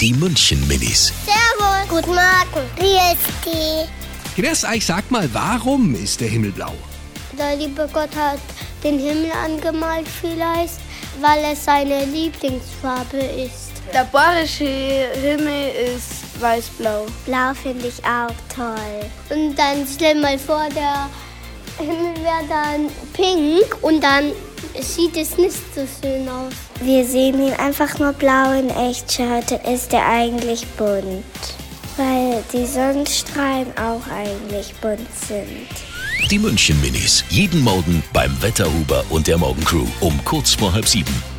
Die München-Minis. Servus. Guten Morgen. Wie ist die? Grüß euch, sag mal, warum ist der Himmel blau? Der liebe Gott hat den Himmel angemalt vielleicht, weil es seine Lieblingsfarbe ist. Der bayerische Himmel ist weiß-blau. Blau finde ich auch toll. Und dann stell mal vor, der Himmel wäre dann pink und dann sieht es nicht so schön aus. Wir sehen ihn einfach nur blau in Echtschau, ist er eigentlich bunt. Weil die Sonnenstrahlen auch eigentlich bunt sind. Die München-Minis. Jeden Morgen beim Wetterhuber und der Morgencrew um kurz vor halb sieben.